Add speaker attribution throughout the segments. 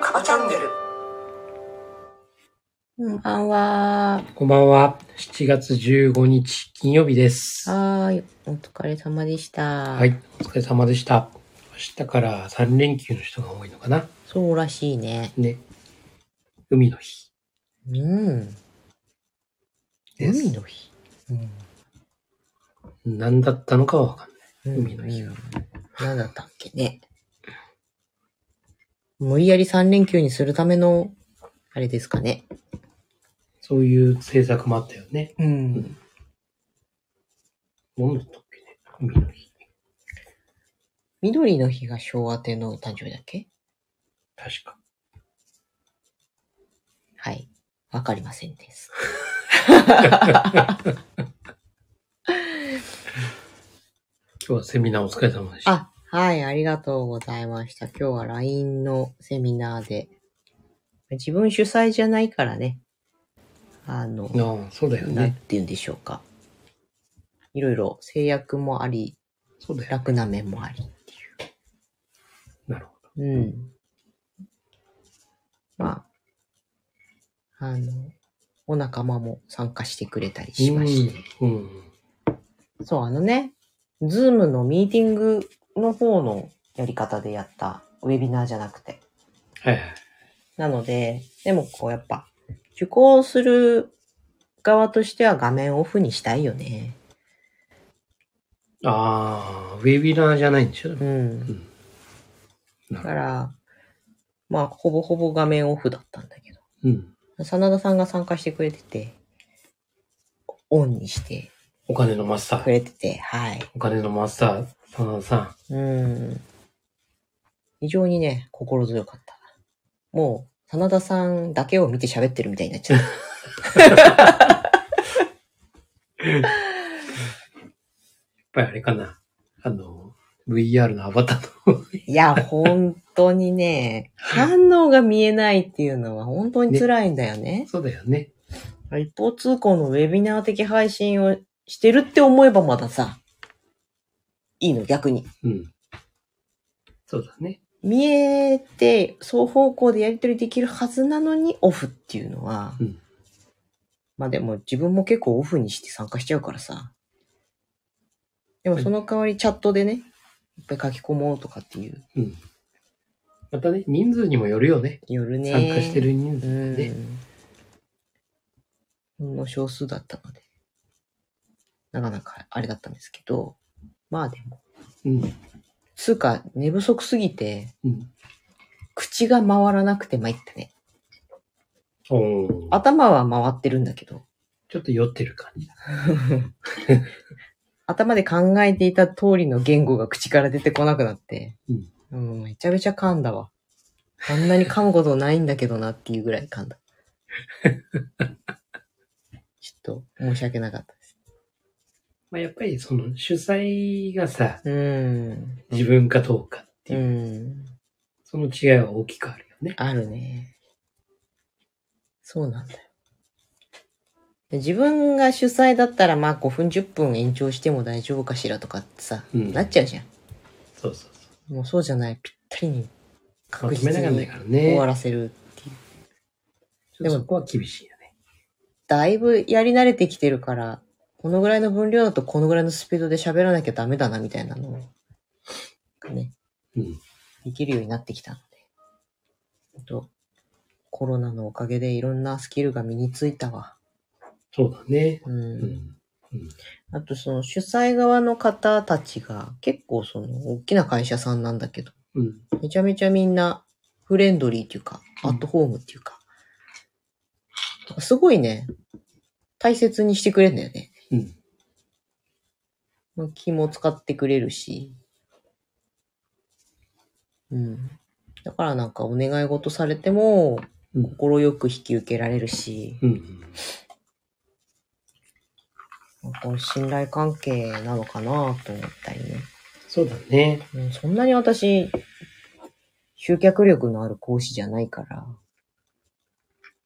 Speaker 1: カバチャンネル。
Speaker 2: こんばんは。
Speaker 3: こんばんは。7月15日金曜日です。
Speaker 2: はーい。お疲れ様でした。
Speaker 3: は。い。お疲れ様でした。明日から3連休の人が多いのかな。
Speaker 2: そうらしいね。
Speaker 3: ね。海の日
Speaker 2: うん。
Speaker 3: です。
Speaker 2: 海の日。うん。
Speaker 3: 何だったのかはわかんない。海の日
Speaker 2: うん。何だったっけね。無理やり3連休にするための、あれですかね。
Speaker 3: そういう政策もあったよね。
Speaker 2: うん。
Speaker 3: 何だったっけね。海の日。
Speaker 2: 緑の日が昭和天皇の誕生日だっけ
Speaker 3: 確か。
Speaker 2: はい。わかりませんです。
Speaker 3: 今日はセミナーお疲れ様でした。
Speaker 2: あ、はい、ありがとうございました。今日は LINE のセミナーで。自分主催じゃないからね。あの、
Speaker 3: ああ、そうだよ
Speaker 2: なん
Speaker 3: ね。
Speaker 2: て言うんでしょうか。いろいろ制約もあり、
Speaker 3: そうだよ。
Speaker 2: 楽な面もあり。
Speaker 3: なるほど。
Speaker 2: うん。まあ、あの、お仲間も参加してくれたりしまして。
Speaker 3: うん。うん。
Speaker 2: そう、あのね、ズームのミーティングの方のやり方でやったウェビナーじゃなくて。
Speaker 3: はいはい。
Speaker 2: なので、でもこうやっぱ、受講する側としては画面オフにしたいよね。
Speaker 3: ああ、ウェビナーじゃないんでしょ。
Speaker 2: うん。だか
Speaker 3: なるほ
Speaker 2: ら、まあ、ほぼほぼ画面オフだったんだけ
Speaker 3: ど。うん。
Speaker 2: ど、真田さんが参加してくれてて、オンにして
Speaker 3: お金のマスタ
Speaker 2: く
Speaker 3: ー。
Speaker 2: れてて、はい。
Speaker 3: お金のマスター、真田さん。
Speaker 2: うん。非常にね、心強かった。もう、真田さんだけを見て喋ってるみたいになっちゃった。
Speaker 3: やっぱりあれかな。あの、VR のアバター の
Speaker 2: いや、本当にね、反応が見えないっていうのは本当に辛いんだよね。
Speaker 3: そうだよね。
Speaker 2: 一方通行のウェビナー的配信をしてるって思えばまださ、いいの、逆に。
Speaker 3: うん。そうだね。
Speaker 2: 見えて、双方向でやり取りできるはずなのに、オフっていうのは、
Speaker 3: うん
Speaker 2: まあでも自分も結構オフにして参加しちゃうからさ。でもその代わりチャットでね、いっぱい書き込もうとかっていう、
Speaker 3: うん。またね、人数にもよるよね。
Speaker 2: 夜ね。
Speaker 3: 参加してる人数
Speaker 2: う
Speaker 3: ね。
Speaker 2: ん。ほんの少数だったので、なかなかあれだったんですけど、まあでも、
Speaker 3: うん。
Speaker 2: つうか寝不足すぎて、
Speaker 3: うん。
Speaker 2: 口が回らなくて参ったね。
Speaker 3: おあ
Speaker 2: 頭は回ってるんだけど、
Speaker 3: ちょっと酔ってる感じだ。
Speaker 2: 頭で考えていた通りの言語が口から出てこなくなって、うん、めちゃめちゃ噛んだわ。あんなに噛むことないんだけどなっていうぐらい噛 んだ。ちょっと申し訳なかったで
Speaker 3: まあ、やっぱりその主催がさ、
Speaker 2: す。うん。
Speaker 3: 自分かどうかって
Speaker 2: う
Speaker 3: いう、
Speaker 2: ん。
Speaker 3: その違いは大きくあるよね。
Speaker 2: あるね。そうなんだよ。で自分が主催だったら、まあ5分10分延長しても大丈夫かしらとかってさ、
Speaker 3: うん
Speaker 2: なっちゃうじゃ
Speaker 3: そうそうそ
Speaker 2: ん。もうそうじゃない。ぴったりに
Speaker 3: う。ま
Speaker 2: 確
Speaker 3: とめ
Speaker 2: 実
Speaker 3: なきゃいけない
Speaker 2: に
Speaker 3: から
Speaker 2: 終わ
Speaker 3: ね。
Speaker 2: らせるっていう。
Speaker 3: ちょっとそこは厳しいよね。
Speaker 2: だいぶやり慣れてきてるから、このぐらいの分量だとこのぐらいのスピードで喋らなきゃダメだなみたいなのがね、
Speaker 3: うん。
Speaker 2: できるようになってきたので。ほんとコロナのおかげでいろんなスキルが身についたわ。
Speaker 3: そうだね。
Speaker 2: うん。
Speaker 3: うん。
Speaker 2: あとその主催側の方たちが結構その大きな会社さんなんだけど、
Speaker 3: うん。
Speaker 2: めちゃめちゃみんなフレンドリーっていうか、
Speaker 3: うん
Speaker 2: アットホームっていうか、すごいね、大切にしてくれるんだよね。
Speaker 3: うん。
Speaker 2: まあ気も使ってくれるし。うん。だからなんかお願い事されても
Speaker 3: うん、
Speaker 2: 心よく引き受けられるし、
Speaker 3: うん。
Speaker 2: この信頼関係なのかなと思ったりね。
Speaker 3: そうだね。
Speaker 2: うん、そんなに私、集客力のある講師じゃないか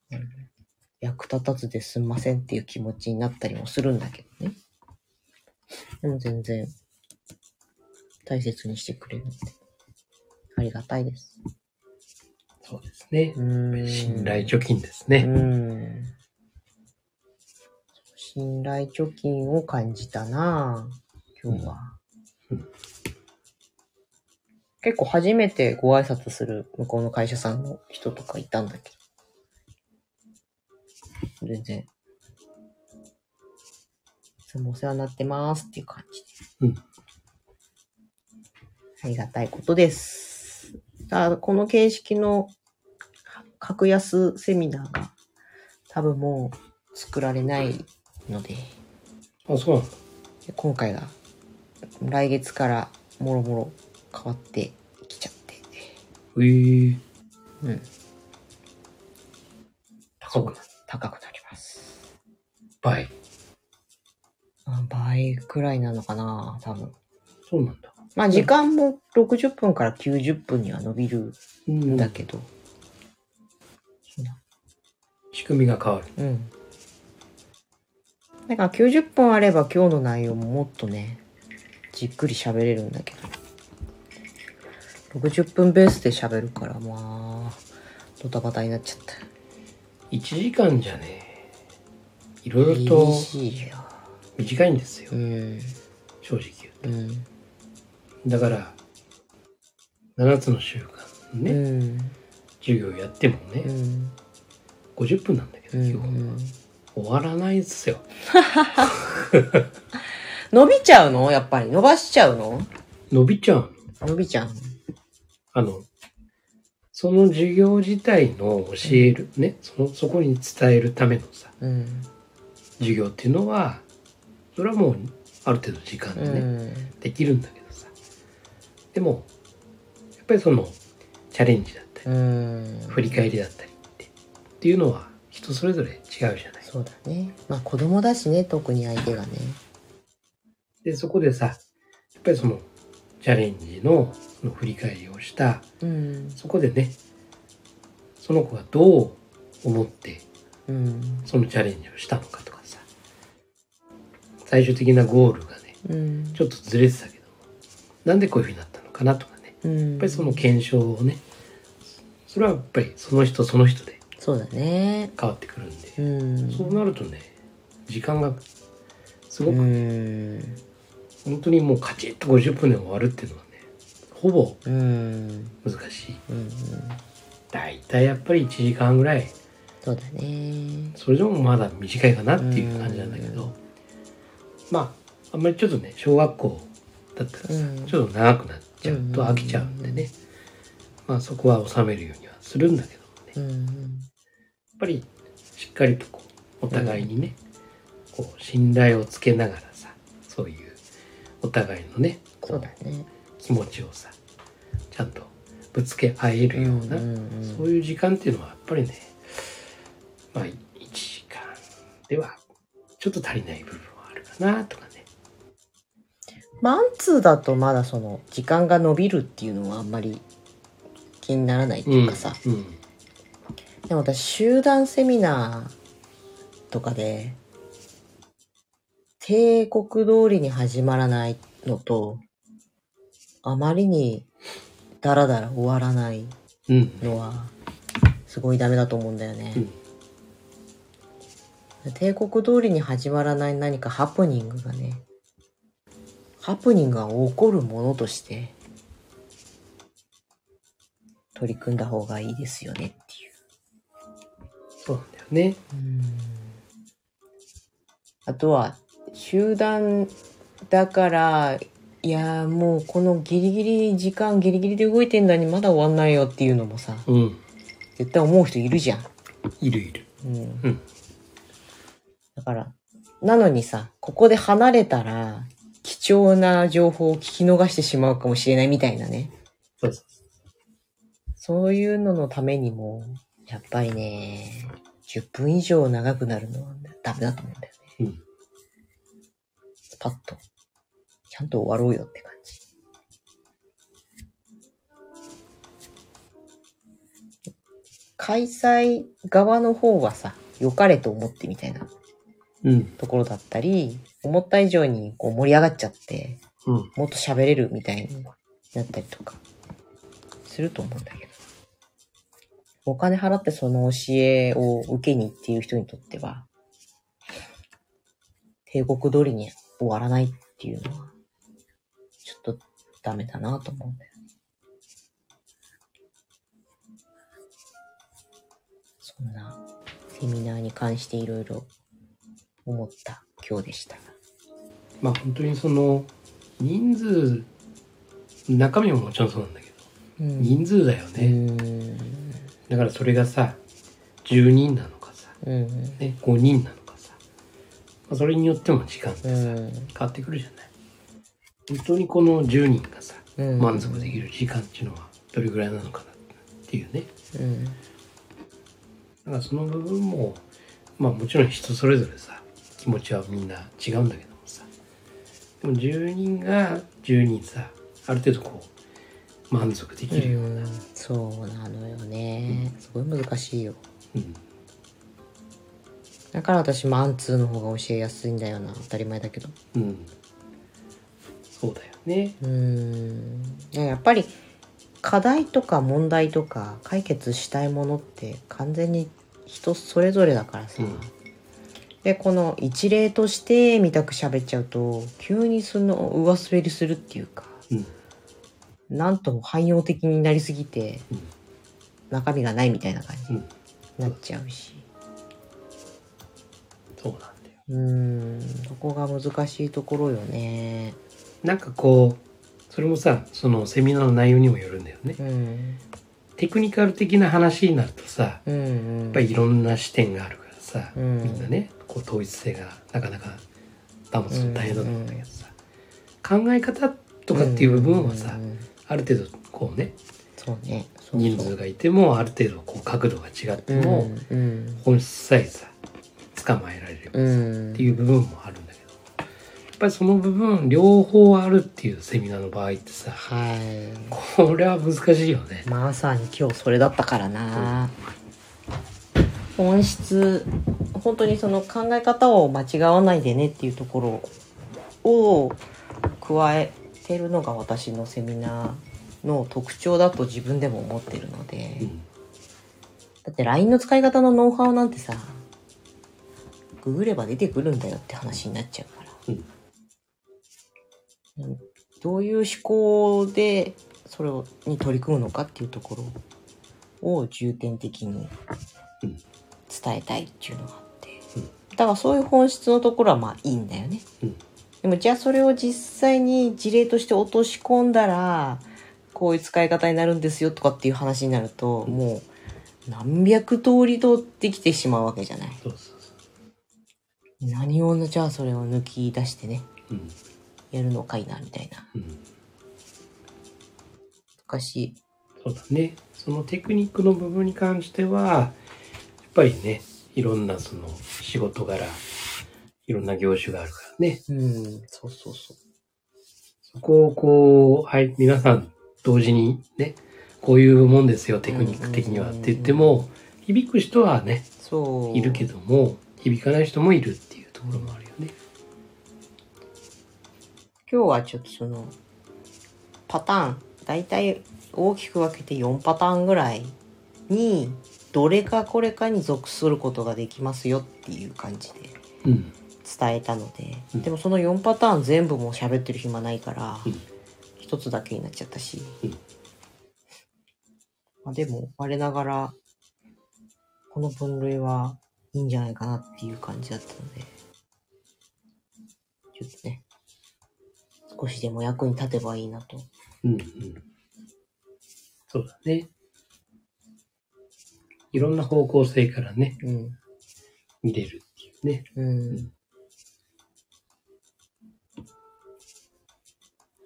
Speaker 2: ら、役立たずで済ませんっていう気持ちになったりもするんだけどね。でも全然、大切にしてくれるんで、ありがたいです。
Speaker 3: そうですね。
Speaker 2: うん
Speaker 3: 信頼貯金ですね。
Speaker 2: うん。信頼貯金を感じたなぁ今日は。
Speaker 3: うんう
Speaker 2: 結構初めてご挨拶する向こうの会社さんの人とかいたんだけど。全然。いつもお世話になってますっていう感じで。
Speaker 3: うん
Speaker 2: ありがたいことです。あこの形式の格安セミナーが多分もう作られないので、
Speaker 3: あ、そうなんだ。
Speaker 2: 今回が来月からもろもろ変わってきちゃって。
Speaker 3: えー、
Speaker 2: うん。
Speaker 3: 高くなっ
Speaker 2: 高くなります。
Speaker 3: 倍。
Speaker 2: あ倍くらいなのかな多分。
Speaker 3: そうなんだ。
Speaker 2: まあ時間も60分から90分には伸びる
Speaker 3: うん
Speaker 2: んだけど。そうだ
Speaker 3: 仕組みが変わる。
Speaker 2: うん。だから90分あれば今日の内容ももっとね、じっくり喋れるんだけど。60分ベースで喋るから、まあ、ドタバタになっちゃった。
Speaker 3: 1時間じゃね、いろいろと
Speaker 2: 厳しいよ。
Speaker 3: 短いんですよ
Speaker 2: う。ん。
Speaker 3: 正直言う。
Speaker 2: うん。
Speaker 3: だから、7つの習慣
Speaker 2: う
Speaker 3: ね、
Speaker 2: ん。
Speaker 3: 授業やってもね、
Speaker 2: うん。
Speaker 3: 50分なんだけ
Speaker 2: う
Speaker 3: ど、基本
Speaker 2: ん。
Speaker 3: 終わらないですよ。
Speaker 2: 伸びちゃうのやっぱり。伸ばしちゃうの
Speaker 3: 伸びちゃう。
Speaker 2: 伸びちゃうの
Speaker 3: あの、その授業自体の教える、ね、その、そこに伝えるためのさ、
Speaker 2: うん。
Speaker 3: 授業っていうのは、それはもう、ある程度時間で
Speaker 2: う
Speaker 3: ね、
Speaker 2: ん。
Speaker 3: できるんだけどさ。でも、やっぱりその、チャレンジだったり、
Speaker 2: うん。
Speaker 3: 振り返りだったりって、っていうのは、人それぞれ違うじゃない。
Speaker 2: そうだね。まあ子供だしね、特に相手がね。
Speaker 3: で、そこでさ、やっぱりその、チャレンジのその振り返りをした、
Speaker 2: うん。
Speaker 3: そこでね、その子がどう思って、
Speaker 2: うん。
Speaker 3: そのチャレンジをしたのかとかさ、最終的なゴールがね、
Speaker 2: うん。
Speaker 3: ちょっとずれてたけども、なんでこういう風になったのかなとかね、
Speaker 2: や
Speaker 3: やっぱりその検証をね、それはやっぱりその人その人で
Speaker 2: そうだね。
Speaker 3: 変わってくるんで、
Speaker 2: うん。
Speaker 3: そうなるとね、時間が、すご
Speaker 2: う
Speaker 3: く
Speaker 2: ん。
Speaker 3: 本当にもうカチッと50分で終わるっていうのはね、ほぼ
Speaker 2: うん。
Speaker 3: 難しい。
Speaker 2: うん。
Speaker 3: だいたいやっぱり1時間ぐらい
Speaker 2: そうだね。
Speaker 3: それでもまだ短いかなっていう感じなんだけ
Speaker 2: う
Speaker 3: どまああんまりちょっとね小学校だったらさ、
Speaker 2: うん
Speaker 3: ちょっと長くなっちゃうと
Speaker 2: うん
Speaker 3: 飽きちゃうんでね、まあそこは収めるようにはするんだけどねやっ
Speaker 2: うん。
Speaker 3: ぱりしっかりとこうお互いにね、こう信頼をつけながらさそういうお互いのね
Speaker 2: そ
Speaker 3: こ
Speaker 2: う
Speaker 3: う
Speaker 2: だね。
Speaker 3: 気持ちをさちゃんとぶつけ合えるような、そういう時間っていうのはやっぱりね、まあ、1時間ではちょっと足りない部分はあるかなとかね。
Speaker 2: マンツーだとまだその時間が伸びるっていうのはあんまり気にならないっていうかさ。
Speaker 3: うん。
Speaker 2: でも私集団セミナーとかで定刻通りに始まらないのとあまりにダラダラ終わらない
Speaker 3: うん。
Speaker 2: のはすごいダメだと思うんだよね
Speaker 3: う、ん。
Speaker 2: 定刻通りに始まらない何かハプニングがねハプニングが起こるものとして取り組んだ方がいいですよねっていう
Speaker 3: そうなんだよね。
Speaker 2: あとは集団だからいやーもうこのギリギリ時間ギリギリで動いてんだにまだ終わんないよっていうのもさ
Speaker 3: うん。
Speaker 2: 絶対思う人いるじゃん、
Speaker 3: いるいる。
Speaker 2: うん
Speaker 3: うん
Speaker 2: だからなのにさここで離れたら貴重な情報を聞き逃してしまうかもしれないみたいなね
Speaker 3: そうそう
Speaker 2: そういうののためにもやっぱりね10分以上長くなるのはダメだと思うんだよね
Speaker 3: うん。
Speaker 2: スパッと、ちゃんと終わろうよって感じ。開催側の方はさ、良かれと思ってみたいな
Speaker 3: うん。
Speaker 2: ところだったり、思った以上にこう盛り上がっちゃって、
Speaker 3: うん。
Speaker 2: もっと喋れるみたいになったりとか、すると思うんだけど。お金払ってその教えを受けにっていう人にとっては、帝国通りに終わらないっていうのは、ちょっとダメだなと思うんだよね。そんなセミナーに関していろいろ思った今日でした。
Speaker 3: まあ本当にその、人数、中身ももちろんそうなんだけど、
Speaker 2: うん
Speaker 3: 人数だよ
Speaker 2: う
Speaker 3: ね。
Speaker 2: ーん。
Speaker 3: だからそれがさ、10人なのかさ、
Speaker 2: うん。
Speaker 3: ね、5人なのかさ、まあ、それによっても時間って
Speaker 2: う
Speaker 3: さ、変
Speaker 2: ん
Speaker 3: わってくるじゃない。本当にこの10人がさ、
Speaker 2: うん
Speaker 3: 満足できる時間っていうのはどれぐらいなのかなっていうね。
Speaker 2: うん
Speaker 3: だからその部分も、まあもちろん人それぞれさ、気持ちはみんな違うんだけどもさ、でも10人が10人さ、ある程度こう、満足できるような、
Speaker 2: そうなのよね、すごい難しいよ
Speaker 3: うん、
Speaker 2: だから私マンツーの方が教えやすいんだよな当たり前だけど
Speaker 3: うん。そうだよね。
Speaker 2: うーんねやっぱり課題とか問題とか解決したいものって完全に人それぞれだからさ、
Speaker 3: うん
Speaker 2: でこの一例としてみたく喋っちゃうと急にその上滑りするっていうか
Speaker 3: うん。
Speaker 2: なんとも汎用的になりすぎて
Speaker 3: うん。
Speaker 2: 中身がないみたいな感じ
Speaker 3: う
Speaker 2: に
Speaker 3: ん。
Speaker 2: なっちゃうし、
Speaker 3: そうなんだよ。
Speaker 2: うーん、そこが難しいところよね。
Speaker 3: なんかこう、それもさ、そのセミナーの内容にもよるんだよね
Speaker 2: う。ん。
Speaker 3: テクニカル的な話になるとさ、
Speaker 2: うん、うん。
Speaker 3: やっぱりいろんな視点があるからさ、
Speaker 2: うん
Speaker 3: みんなねこう統一性がなかなか保つの大変だと思うんだけどさ、考え方とかっていう部分はさ、
Speaker 2: うんうんうん
Speaker 3: ある程度こうね
Speaker 2: そうね。そうそう
Speaker 3: 人数がいてもある程度こう角度が違っても、
Speaker 2: うん、うん。
Speaker 3: 本質さえさ捕まえられるよう
Speaker 2: う
Speaker 3: にさ
Speaker 2: ん。
Speaker 3: っていう部分もあるんだけどやっぱりその部分両方あるっていうセミナーの場合ってさ
Speaker 2: は
Speaker 3: これは難しいよね
Speaker 2: い。。まさに今日それだったからな。本質、本当にその考え方を間違わないでねっていうところを加えてるのが私のセミナーの特徴だと自分でも思ってるので。
Speaker 3: うん
Speaker 2: だって LINE の使い方のノウハウなんてさ、ググれば出てくるんだよって話になっちゃうから。
Speaker 3: うん
Speaker 2: うんどういう思考でそれに取り組むのかっていうところを重点的に
Speaker 3: うん
Speaker 2: 伝えたいっていうのがあって。
Speaker 3: うん
Speaker 2: だからそういう本質のところはまあいいんだよね。
Speaker 3: うん
Speaker 2: でもじゃあそれを実際に事例として落とし込んだらこういう使い方になるんですよとかっていう話になるともう何百通りとできてしまうわけじゃない。
Speaker 3: そうそうそ
Speaker 2: 何をじゃあそれを抜き出してね
Speaker 3: ううん
Speaker 2: やるのかいなみたいな
Speaker 3: うん
Speaker 2: 難しい。
Speaker 3: そうだね。そのテクニックの部分に関しては、やっぱりね、いろんなその仕事柄、いろんな業種があるからね。
Speaker 2: うん、そうそうそう。
Speaker 3: そこをこう、はい、皆さん同時にね、こういうもんですよ、テクニック的には
Speaker 2: う
Speaker 3: っ
Speaker 2: ん
Speaker 3: て言っても、響く人はね、
Speaker 2: そう。
Speaker 3: いるけども、響かない人もいるっていうところもあるよね。
Speaker 2: 今日はちょっとそのパターン大体大きく分けて4パターンぐらいにどれかこれかに属することができますよっていう感じで
Speaker 3: うん。
Speaker 2: 伝えたので、
Speaker 3: うん
Speaker 2: でもその4パターン全部もう喋ってる暇ないから、
Speaker 3: うん
Speaker 2: 一つだけになっちゃったし、
Speaker 3: うん
Speaker 2: まあ、でも我ながらこの分類はいいんじゃないかなっていう感じだったのでちょっとね少しでも役に立てばいいなと
Speaker 3: うんうん。そうだね。いろんな方向性からね、
Speaker 2: うん
Speaker 3: 見れるっていうね。
Speaker 2: うん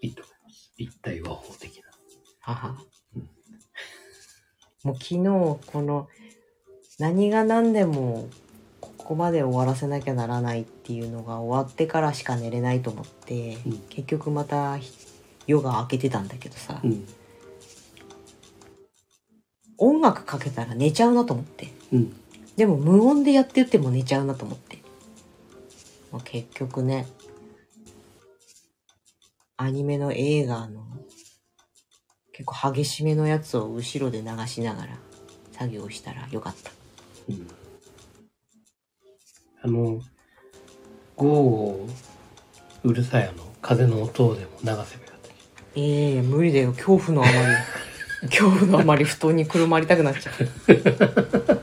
Speaker 3: いいと思います。立体和法的な。
Speaker 2: 母
Speaker 3: うん
Speaker 2: もう昨日この何が何でもここまで終わらせなきゃならないっていうのが終わってからしか寝れないと思って、
Speaker 3: うん
Speaker 2: 結局また夜が明けてたんだけどさ、
Speaker 3: うん。
Speaker 2: 音楽かけたら寝ちゃうなと思って
Speaker 3: うん
Speaker 2: でも無音でやってても寝ちゃうなと思って、まあ、結局ねアニメの映画の結構激しめのやつを後ろで流しながら作業したらよかった
Speaker 3: うんあのゴーゴーうるさいあの風の音でも流せばよかった
Speaker 2: ええ無理だよ恐怖のあま り恐怖のあまり布団にくるまりたくなっちゃう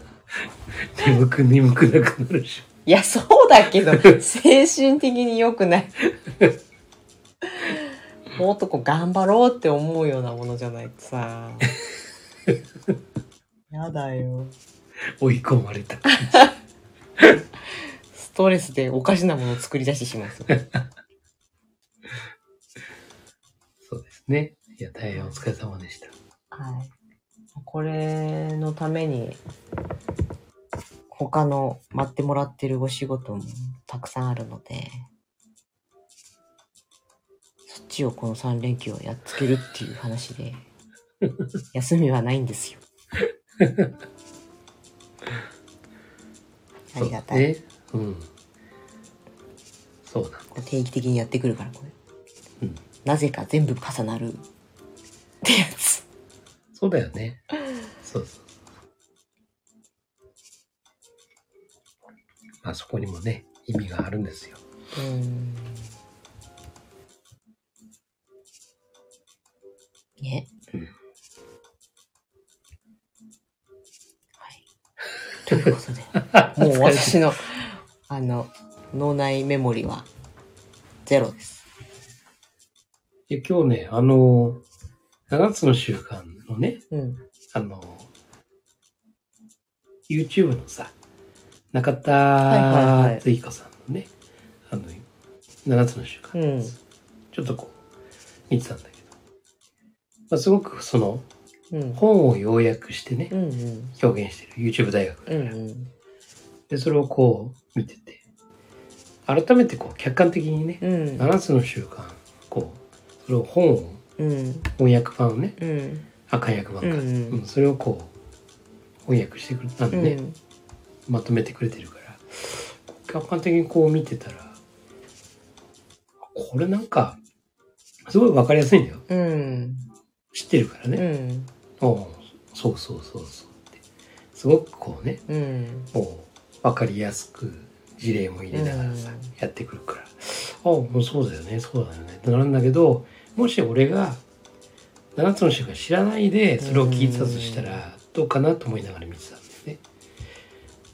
Speaker 3: 眠く眠くなくなるし
Speaker 2: いやそうだけど精神的に良くないもっとこう頑張ろうって思うようなものじゃないとさやだよ
Speaker 3: 追い込まれた
Speaker 2: ストレスでおかしなものを作り出してしまう
Speaker 3: そうですねいや大変お疲れ様でした
Speaker 2: はい。これのために、他の待ってもらってるお仕事もたくさんあるので、そっちをこの3連休をやっつけるっていう話 で、休みはないんですよ。ありがたい。
Speaker 3: そうですねうんそうなん
Speaker 2: こう定期的にやってくるから、これ。
Speaker 3: うん
Speaker 2: なぜか全部重なるってやつ。
Speaker 3: そうだよね。そうそうそう。まあそこにもね、意味があるんですよ。
Speaker 2: うんね。
Speaker 3: うん
Speaker 2: はい。ということで、もう私の、あの、脳内メモリはゼロです。
Speaker 3: いや今日ね、あの、7つの習慣のね、
Speaker 2: うん。
Speaker 3: あの、YouTube のさ、中
Speaker 2: いはいは
Speaker 3: 田
Speaker 2: い
Speaker 3: 敦彦さんのね、あの、7つの習慣、
Speaker 2: うん。
Speaker 3: ちょっとこう、見てたんだけど、まあ、すごくその、
Speaker 2: うん。
Speaker 3: 本を要約してね
Speaker 2: う、んうん。
Speaker 3: 表現してる YouTube 大学
Speaker 2: うんうん。
Speaker 3: で、それをこう見てて、改めてこう客観的にね、
Speaker 2: うん。
Speaker 3: 7つの習慣、こう、それを本を、
Speaker 2: うん。
Speaker 3: 翻訳版をね、
Speaker 2: うん。
Speaker 3: あ、漢訳版か、
Speaker 2: うんうん
Speaker 3: うんそれをこう、翻訳してくれたんでね、
Speaker 2: うん
Speaker 3: まとめてくれてるから、客観的にこう見てたら、これなんか、すごいわかりやすいんだよ。
Speaker 2: うん。
Speaker 3: 知ってるから
Speaker 2: う
Speaker 3: ね。
Speaker 2: ん。
Speaker 3: おうそうそうそうそうって。すごくこうね、
Speaker 2: うん。
Speaker 3: もう分かりやすく事例も入れながらさ、
Speaker 2: うん
Speaker 3: やってくるからああもうそうだよねそうだよねってなるんだけどもし俺が7つの人が知らないでそれを聞いてたとしたらどうかなと思いながら見てたんだよね。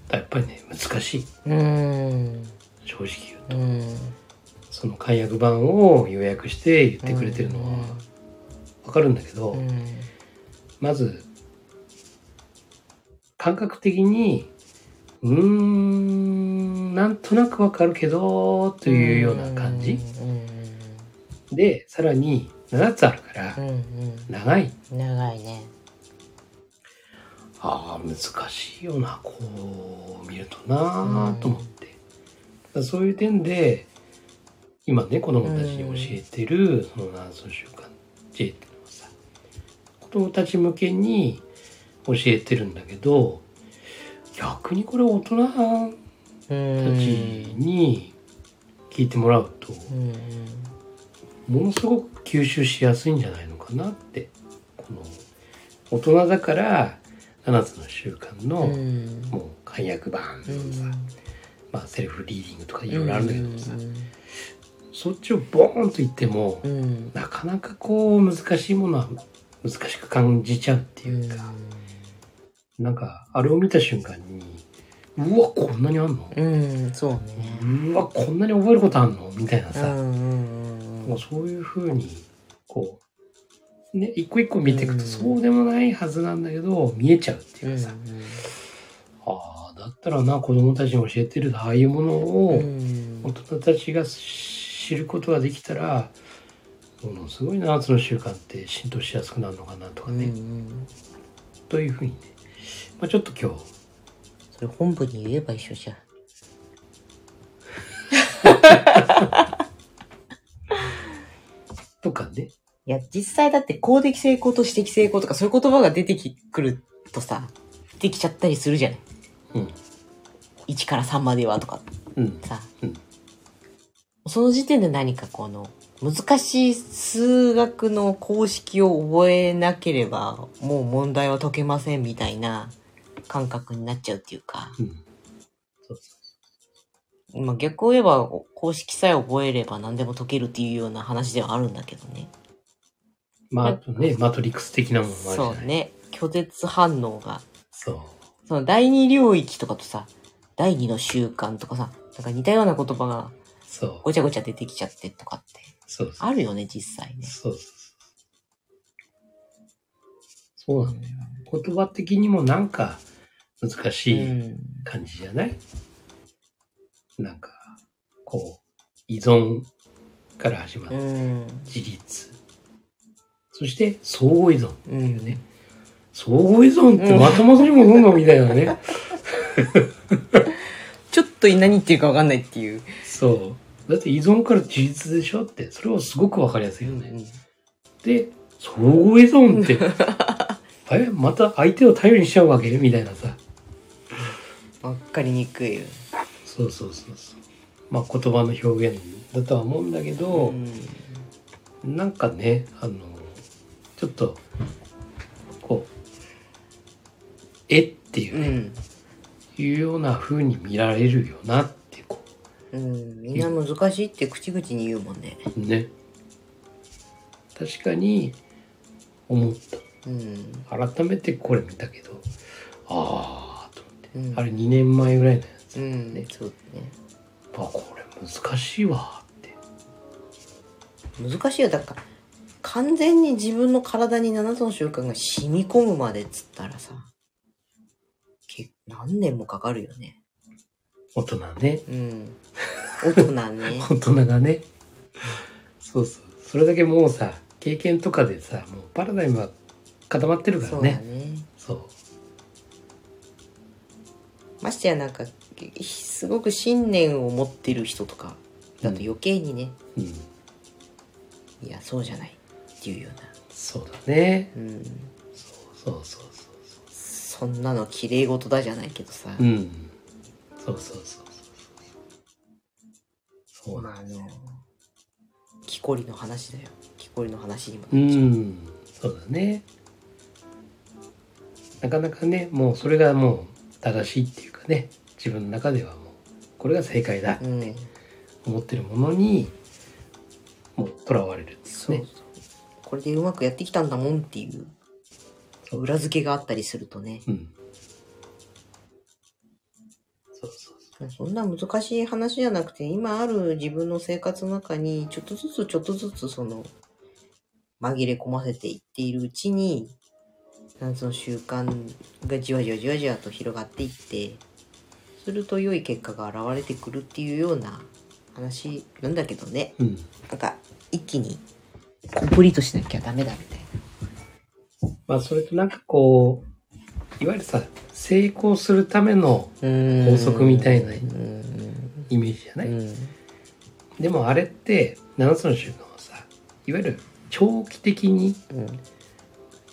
Speaker 3: だからやっぱりね難しい
Speaker 2: うん。
Speaker 3: 正直言う
Speaker 2: うん。
Speaker 3: その解約版を予約して言ってくれてるのは分かるんだけど、
Speaker 2: うん。
Speaker 3: まず感覚的にうーんなんとなくわかるけどというような感じ
Speaker 2: う
Speaker 3: でさらに7つあるから
Speaker 2: んうんうん
Speaker 3: 長い
Speaker 2: うん長いね
Speaker 3: あー難しいよなこう見るとなーと思ってだからそういう点で今ね子供たちに教えてるその7つの習慣 J っていうのはさ子供たち向けに教えてるんだけど逆にこれ大人
Speaker 2: うん
Speaker 3: たちに聞いてもらうと、
Speaker 2: うん
Speaker 3: ものすごく吸収しやすいんじゃないのかなってこの大人だから7つの習慣
Speaker 2: う
Speaker 3: の、
Speaker 2: ん
Speaker 3: もう解約版
Speaker 2: う
Speaker 3: とか
Speaker 2: ん
Speaker 3: さ、まあ、セルフリーディングとかいろいろあるんだけどさ、
Speaker 2: うん
Speaker 3: そっちをボーンと言っても、
Speaker 2: うん
Speaker 3: なかなかこう難しいものは難しく感じちゃうっていうか、なんかあれを見た瞬間にうわこんなにあんの、
Speaker 2: うんそうね
Speaker 3: うわこんなに覚えることあんのみたいな
Speaker 2: う
Speaker 3: さ、
Speaker 2: んうんうん
Speaker 3: もうそういうふうにこうね一個一個見ていくと
Speaker 2: うん
Speaker 3: そうでもないはずなんだけど見えちゃうっていうかさ、ああだったらな子供たちに教えてるああいうもの
Speaker 2: うんう
Speaker 3: を
Speaker 2: ん
Speaker 3: 大人たちが知ることができたらものすごい7つの習慣って浸透しやすくなるのかなとかね、
Speaker 2: うん
Speaker 3: というふうにね、まあ、ちょっと今日
Speaker 2: それ本部に言えば一緒じゃん
Speaker 3: とかね
Speaker 2: いや実際だって公的成功と私的成功とかそういう言葉が出てきくるとさできちゃったりするじゃない
Speaker 3: うん
Speaker 2: 1から3まではとか
Speaker 3: うん
Speaker 2: さ
Speaker 3: うん
Speaker 2: その時点で何かこの難しい数学の公式を覚えなければもう問題は解けませんみたいな感覚になっちゃうっていうか、
Speaker 3: うん
Speaker 2: まあ、逆を言えばお公式さえ覚えれば何でも解けるっていうような話ではあるんだけどね。
Speaker 3: まああとねマトリックス的なものもあるじゃ
Speaker 2: そ
Speaker 3: な
Speaker 2: う
Speaker 3: い
Speaker 2: ね。拒絶反応が。
Speaker 3: そう
Speaker 2: その第二領域とかとさ、第二の習慣とかさ、なんか似たような言葉が
Speaker 3: そう
Speaker 2: ごちゃごちゃ出てきちゃってとかって
Speaker 3: そうそう
Speaker 2: あるよね、実際ね。
Speaker 3: そうそうそうそうなんだよ言葉的にもなんか難しい、
Speaker 2: うん。
Speaker 3: 感じじゃないなんか、こう、依存から始まっ
Speaker 2: う
Speaker 3: て、
Speaker 2: ん。
Speaker 3: 自立。そして、相互依存。
Speaker 2: うんよ
Speaker 3: ね。相互依存ってまともにもどんどんみたいな ね。
Speaker 2: ちょっと何言ってるかわかんないっていう。
Speaker 3: そう。だって依存から自立でしょって、それはすごくわかりやすいよね。で、相互依存 って、え、また相手を頼りにしちゃうわけみたいなさ。
Speaker 2: わかりにくいよ。
Speaker 3: そうそうそうそう。まあ言葉の表現だとは思うんだけど、
Speaker 2: うん
Speaker 3: なんかね、あの、ちょっと、こう、えっていうう,、ね
Speaker 2: ん。
Speaker 3: いうような風に見られるよなって、こ
Speaker 2: うん。みんな難しいって口々に言うもんね。
Speaker 3: う、ね。確かに、思っ
Speaker 2: うん。
Speaker 3: た。改めてこれ見たけど、ああ、と思って。
Speaker 2: うん
Speaker 3: あれ2年前ぐらいのやつ。
Speaker 2: う
Speaker 3: やっ
Speaker 2: ん、
Speaker 3: ね
Speaker 2: そう
Speaker 3: ぱこれ難しいわって。
Speaker 2: だね難しいよだから完全に自分の体に7つの習慣が染み込むまでっつったらさ結何年もかかるよね
Speaker 3: 大人ね。
Speaker 2: うん大人ね
Speaker 3: 大人がね。そうそう。それだけもうさ、経験とかでさ、もうパラダイムは固まってるから
Speaker 2: そう
Speaker 3: ね
Speaker 2: だ。ね
Speaker 3: そう。
Speaker 2: ましてやなんかひすごく信念を持ってる人とかだと余計にね、
Speaker 3: うん。
Speaker 2: いやそうじゃないっていうよう
Speaker 3: そうだね。
Speaker 2: なうん
Speaker 3: そうそうそうそうそ
Speaker 2: そんなの綺麗事だじゃないけどさ、
Speaker 3: う。うん。そうそうそうそうそう。そう
Speaker 2: ま
Speaker 3: な
Speaker 2: あ
Speaker 3: ん
Speaker 2: あ
Speaker 3: だ。
Speaker 2: の木こりの話だよ木こりの話にも
Speaker 3: うん。そうだね。なかなかね、もうそれがもう正しいっていうかね、自分の中ではもう、これが正解だ、
Speaker 2: うん、
Speaker 3: 思ってるものに、もう囚われるっていう
Speaker 2: そう
Speaker 3: か
Speaker 2: そう
Speaker 3: ね。
Speaker 2: これでうまくやってきたんだもんっていう
Speaker 3: そう
Speaker 2: 裏付けがあったりするとね
Speaker 3: うん。そうそう
Speaker 2: そ
Speaker 3: そ
Speaker 2: んな難しい話じゃなくて今ある自分の生活の中にちょっとずつちょっとずつその紛れ込ませていっているうちになんつうの習慣がじわじわじわじわと広がっていってすると良い結果が現れてくるっていうような話なんだけどね
Speaker 3: う。うん。
Speaker 2: なんか一気にコンプリートしなきゃダメだみたいな。
Speaker 3: まあそれとなんかこういわゆるさ成功するための
Speaker 2: 法
Speaker 3: 法則みたい
Speaker 2: う
Speaker 3: な
Speaker 2: ん
Speaker 3: イメージじゃない、
Speaker 2: うん
Speaker 3: でもあれって7つの習慣はさいわゆる長期的に
Speaker 2: うん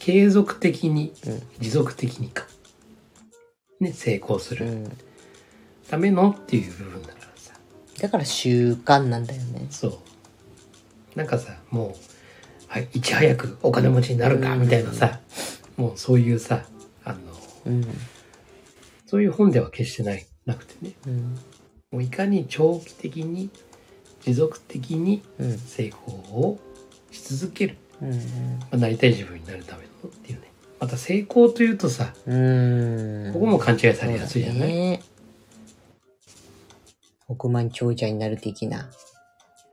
Speaker 3: 継続的に、
Speaker 2: うん
Speaker 3: 持続的にか、ね、成功す
Speaker 2: う
Speaker 3: る
Speaker 2: ん
Speaker 3: ためのっていう部分だからさ
Speaker 2: だから習慣なんだよね。
Speaker 3: そうなんかさもう、はい、いち早くお金持ちになるかみたいなさ、もうそういうさあの
Speaker 2: うん
Speaker 3: そういう本では決してないなくてね
Speaker 2: うん
Speaker 3: もういかに長期的に持続的に
Speaker 2: うん
Speaker 3: 成功をし続ける、
Speaker 2: うん
Speaker 3: まあ、なりたい自分になるためのっていうねまた成功というとさ
Speaker 2: うん。
Speaker 3: ここも勘違いさ
Speaker 2: そう
Speaker 3: れやすいじゃない、
Speaker 2: だね億万長者になる的な。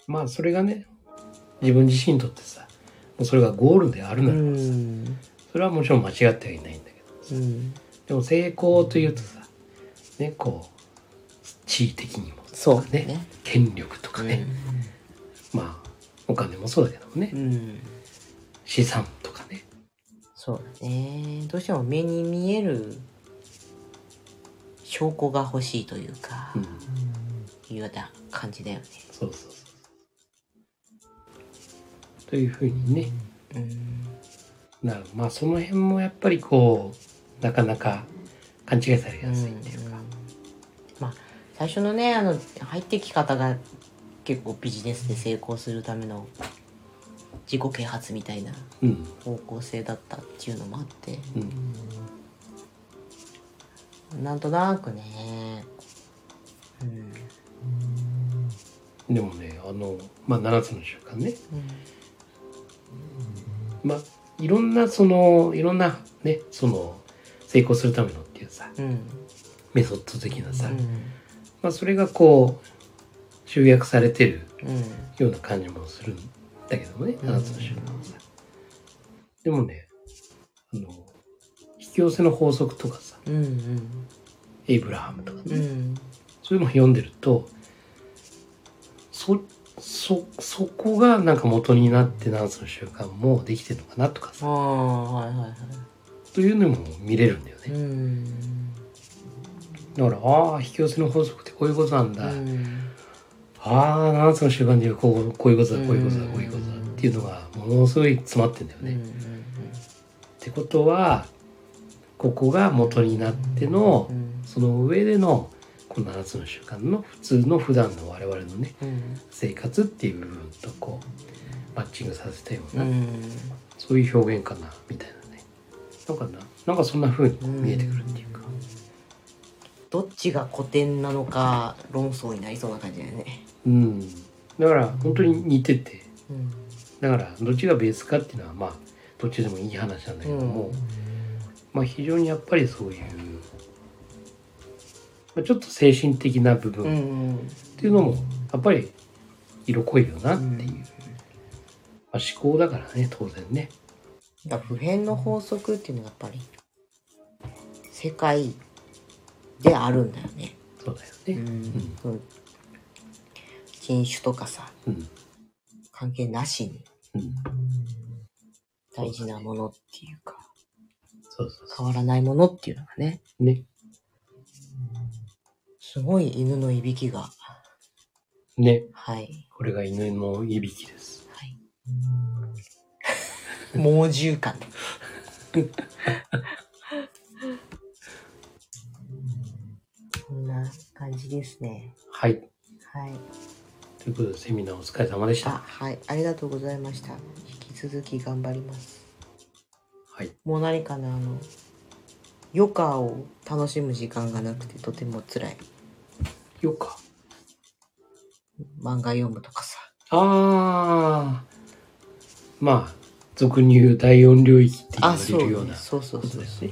Speaker 3: まあそれがね自分自身にとってさもうそれがゴールである
Speaker 2: う
Speaker 3: なら、
Speaker 2: ん
Speaker 3: それはもちろん間違ってはいないんだけどさ
Speaker 2: うん
Speaker 3: でも成功というとさねこう地位的にも
Speaker 2: そ
Speaker 3: と
Speaker 2: う
Speaker 3: かね
Speaker 2: ね。
Speaker 3: 権力とかね、まあお金もそうだけどもね、
Speaker 2: うん
Speaker 3: 資産とかね
Speaker 2: そうだね。どうしても目に見える証拠が欲しいというか
Speaker 3: うん、
Speaker 2: いうような感じだよね。
Speaker 3: そうそうそう。というふうにね、
Speaker 2: うん
Speaker 3: なまあその辺もやっぱりこうなかなか勘違いされやすいっていうか、
Speaker 2: うんうんまあ最初のねあの入ってき方が結構ビジネスで成功するための自己啓発みたいな
Speaker 3: うん
Speaker 2: 方向性だったっていうのもあって
Speaker 3: うん
Speaker 2: なんとなくねうん
Speaker 3: でもねあの、まあ、7つの習慣ね、まあ、いろんなそのいろんなねその成功するためのっていうさ
Speaker 2: うん
Speaker 3: メソッド的なさ、
Speaker 2: うん
Speaker 3: まあ、それがこう集約されてる
Speaker 2: うん
Speaker 3: ような感じもするんだけどもね
Speaker 2: うん
Speaker 3: 7つの習慣はさ、でもねあの引き寄せの法則とかさ
Speaker 2: うんうん
Speaker 3: エイブラハムとかね、
Speaker 2: うん
Speaker 3: そういうのを読んでるとそそそこがなんか元になって7つの習慣もできてるのかなとか
Speaker 2: あ
Speaker 3: さ
Speaker 2: あはいはいは
Speaker 3: というのも見れるんだよ
Speaker 2: い
Speaker 3: ね
Speaker 2: うん
Speaker 3: だからああ引き寄せの法則ってこういうことなんだ、
Speaker 2: うん
Speaker 3: ああ7つの習慣でいうこうこういうことだ
Speaker 2: うん
Speaker 3: こういうことだこういうことだっていうのがものすごい詰まってんだよ
Speaker 2: うんう
Speaker 3: ね、っ
Speaker 2: ん
Speaker 3: てことはここが元になっての
Speaker 2: うん
Speaker 3: その上でのこの7つの習慣の普通の普段の我々のね
Speaker 2: うん
Speaker 3: 生活っていう部分とこうマッチングさせたよ
Speaker 2: う
Speaker 3: うな、
Speaker 2: ん
Speaker 3: そういう表現かなみたいなねなんかななんかそんな風にこう見えてくるっていうか、
Speaker 2: どっちが古典なのか論争になりそうな感じだよね。
Speaker 3: うん、だから本当に似てて
Speaker 2: うん
Speaker 3: だからどっちがベースかっていうのはまあどっちでもいい話なんだけども、
Speaker 2: うん
Speaker 3: まあ非常にやっぱりそういう、まあ、ちょっと精神的な部
Speaker 2: う
Speaker 3: 分っ
Speaker 2: ん
Speaker 3: ていうのもやっぱり色濃いよなっていう、まあ、思考だからね当然ね。
Speaker 2: だから普遍の法則っていうのがやっぱり世界であるんだよね。
Speaker 3: そうだよね、
Speaker 2: うん人種とかさ
Speaker 3: うん
Speaker 2: 関係なしに
Speaker 3: うん、
Speaker 2: 大事なものっていうか
Speaker 3: そうそうそ
Speaker 2: 変わらないものっていうのがね
Speaker 3: うね
Speaker 2: すごい犬のいびきが
Speaker 3: ね
Speaker 2: はい
Speaker 3: これが犬のいびきです
Speaker 2: はい猛獣感こんな感じですね
Speaker 3: はい
Speaker 2: はい
Speaker 3: ということでセミナーお疲れ様でした
Speaker 2: あはいありがとうございました引き続き頑張ります
Speaker 3: はい
Speaker 2: もう何かなあの余暇を楽しむ時間がなくてとても辛い
Speaker 3: よっか
Speaker 2: 漫画読むとかさ
Speaker 3: ああまあ俗に言う第四領域って言わ
Speaker 2: あ
Speaker 3: れ
Speaker 2: そう
Speaker 3: るような
Speaker 2: そうそう
Speaker 3: こと
Speaker 2: そう
Speaker 3: ですね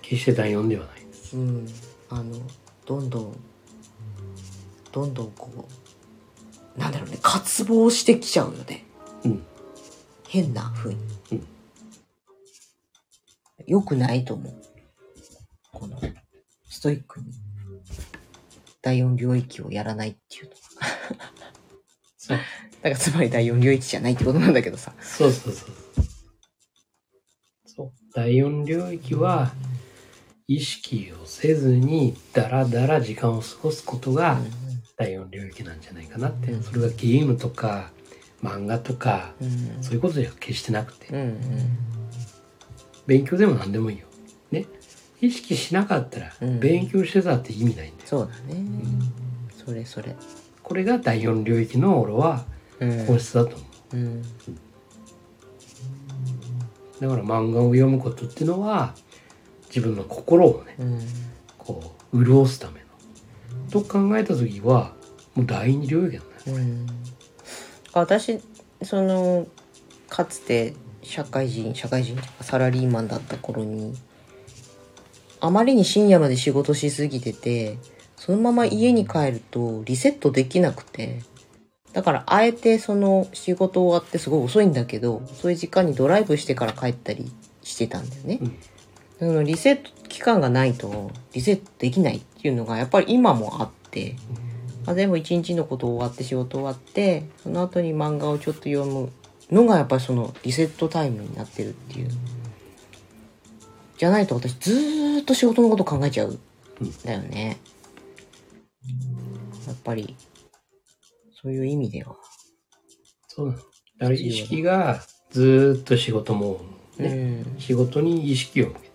Speaker 3: 決して第四ではないです
Speaker 2: うんあのどんどんどんどんこうなんだろうね渇望してきちゃうよね
Speaker 3: うん
Speaker 2: 変な風に、
Speaker 3: うん
Speaker 2: よくないと思うこのストイックに第4領域をやらないっていうのは
Speaker 3: そう
Speaker 2: だからつまり第4領域じゃないってことなんだけどさ
Speaker 3: そうそうそうそう第四領域は意識をせずにだらだら時間を過ごすことが第四領域なんじゃないかなって、
Speaker 2: うん
Speaker 3: それがゲームとか漫画とか
Speaker 2: うんうん
Speaker 3: そういうことでは決してなくて、
Speaker 2: うんうん
Speaker 3: 勉強でも何でもいいよ。ね。意識しなかったら、
Speaker 2: うん
Speaker 3: 勉強してたって意味ないんだよ。
Speaker 2: そうだね、それそれ
Speaker 3: これが第四領域の俺は
Speaker 2: うん
Speaker 3: 本質だと思
Speaker 2: うん
Speaker 3: う。だから漫画を読むことっていうのは、自分の心をね、
Speaker 2: うん
Speaker 3: こう、潤すための。と考えた時は、もう第二領域なんだよ。
Speaker 2: うん、私そのかつて社会人社会人とかサラリーマンだった頃にあまりに深夜まで仕事しすぎててそのまま家に帰るとリセットできなくてだからあえてその仕事終わってすごい遅いんだけどそういう時間にドライブしてから帰ったりしてたんだよね。
Speaker 3: うん
Speaker 2: そのリセット期間がないとリセットできないっていうのがやっぱり今もあって、まあ、全部一日のこと終わって仕事終わってその後に漫画をちょっと読むのがやっぱりそのリセットタイムになってるっていうじゃないと私ずーっと仕事のこと考えちゃうんだよねやっぱりそういう意味では
Speaker 3: そうなの。だから意識がずーっと仕事も
Speaker 2: ね、
Speaker 3: 仕事に意識を向けてて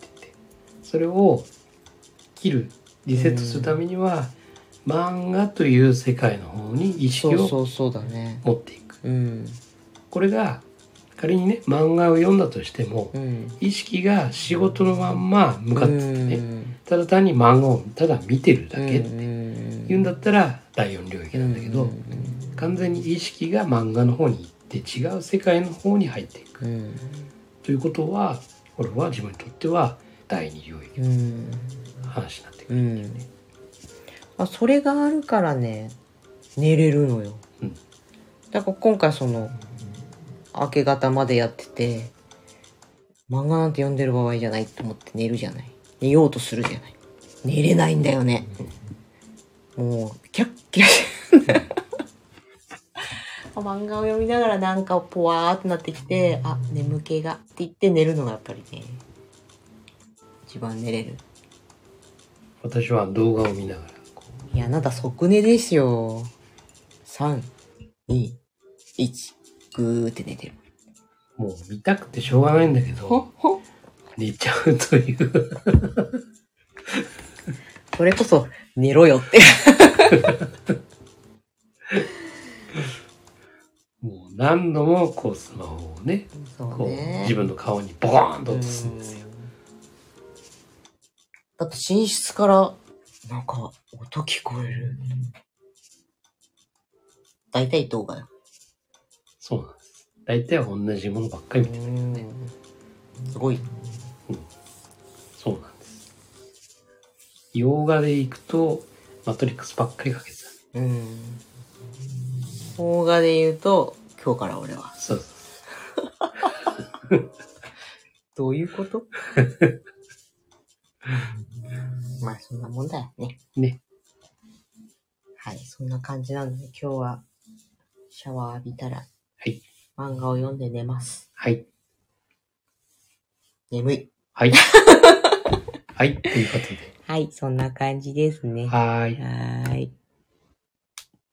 Speaker 3: それを切るリセットするためには、漫画という世界の方に意識
Speaker 2: そう
Speaker 3: を
Speaker 2: そうそうだね
Speaker 3: 持っていく
Speaker 2: うん
Speaker 3: これが仮にね漫画を読んだとしても
Speaker 2: うん
Speaker 3: 意識が仕事のまんま向かっててね、
Speaker 2: うん
Speaker 3: ただ単に漫画をただ見てるだけっ
Speaker 2: う
Speaker 3: て
Speaker 2: ん
Speaker 3: 言うんだったら第4領域なんだけど、
Speaker 2: うん
Speaker 3: 完全に意識が漫画の方に行って違う世界の方に入っていく
Speaker 2: うん
Speaker 3: ということはこれは自分にとっては第2領
Speaker 2: う
Speaker 3: 域
Speaker 2: んうん
Speaker 3: の話になってく
Speaker 2: う
Speaker 3: る、
Speaker 2: んあそれがあるからね寝れるのよ
Speaker 3: うん
Speaker 2: だから今回その明け方までやってて漫画なんて読んでる場合じゃないと思って寝るじゃない寝ようとするじゃない寝れないんだよねもうキャッキャ漫画を読みながらなんかポワーってなってきてあ眠気がって言って寝るのがやっぱりね一番寝れる
Speaker 3: 私は動画を見ながらこ
Speaker 2: いや、あなた即寝ですよ。3、2、1、ぐーって寝てる。
Speaker 3: うもう見たくてしょうがないんだけど
Speaker 2: ほ
Speaker 3: 寝ちゃうという
Speaker 2: それこそ、寝ろよって。
Speaker 3: もう何度もこうスマホをね
Speaker 2: そう
Speaker 3: こう
Speaker 2: ね。
Speaker 3: 自分の顔にボーンと
Speaker 2: う
Speaker 3: 落
Speaker 2: ん
Speaker 3: とすんですよ。
Speaker 2: だって寝室から、なんか、音聞こえる。大体動画よ。
Speaker 3: そうなんです大体は同じものばっかり見て
Speaker 2: すごい。
Speaker 3: そうなんです。洋画で行くと、マトリックスばっかりかけてた。
Speaker 2: うん。動画で言うと、今日から俺は。
Speaker 3: そうそう
Speaker 2: どういうこと まあ、そんなもんだよね。
Speaker 3: ね。
Speaker 2: はい、そんな感じなんで、今日はシャワー浴びたら、
Speaker 3: はい。
Speaker 2: 漫画を読んで寝ます。
Speaker 3: はい。
Speaker 2: 眠い。
Speaker 3: はい。はい。ということで。
Speaker 2: はい、そんな感じですね。は
Speaker 3: はーい。
Speaker 2: ーい。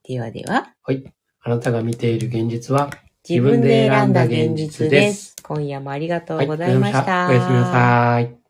Speaker 2: ではでは、
Speaker 3: はい。あなたが見ている現実は、
Speaker 2: 自分で選んだ現実です。今夜もありがとう
Speaker 3: はい
Speaker 2: ございました。
Speaker 3: おやすみなさい。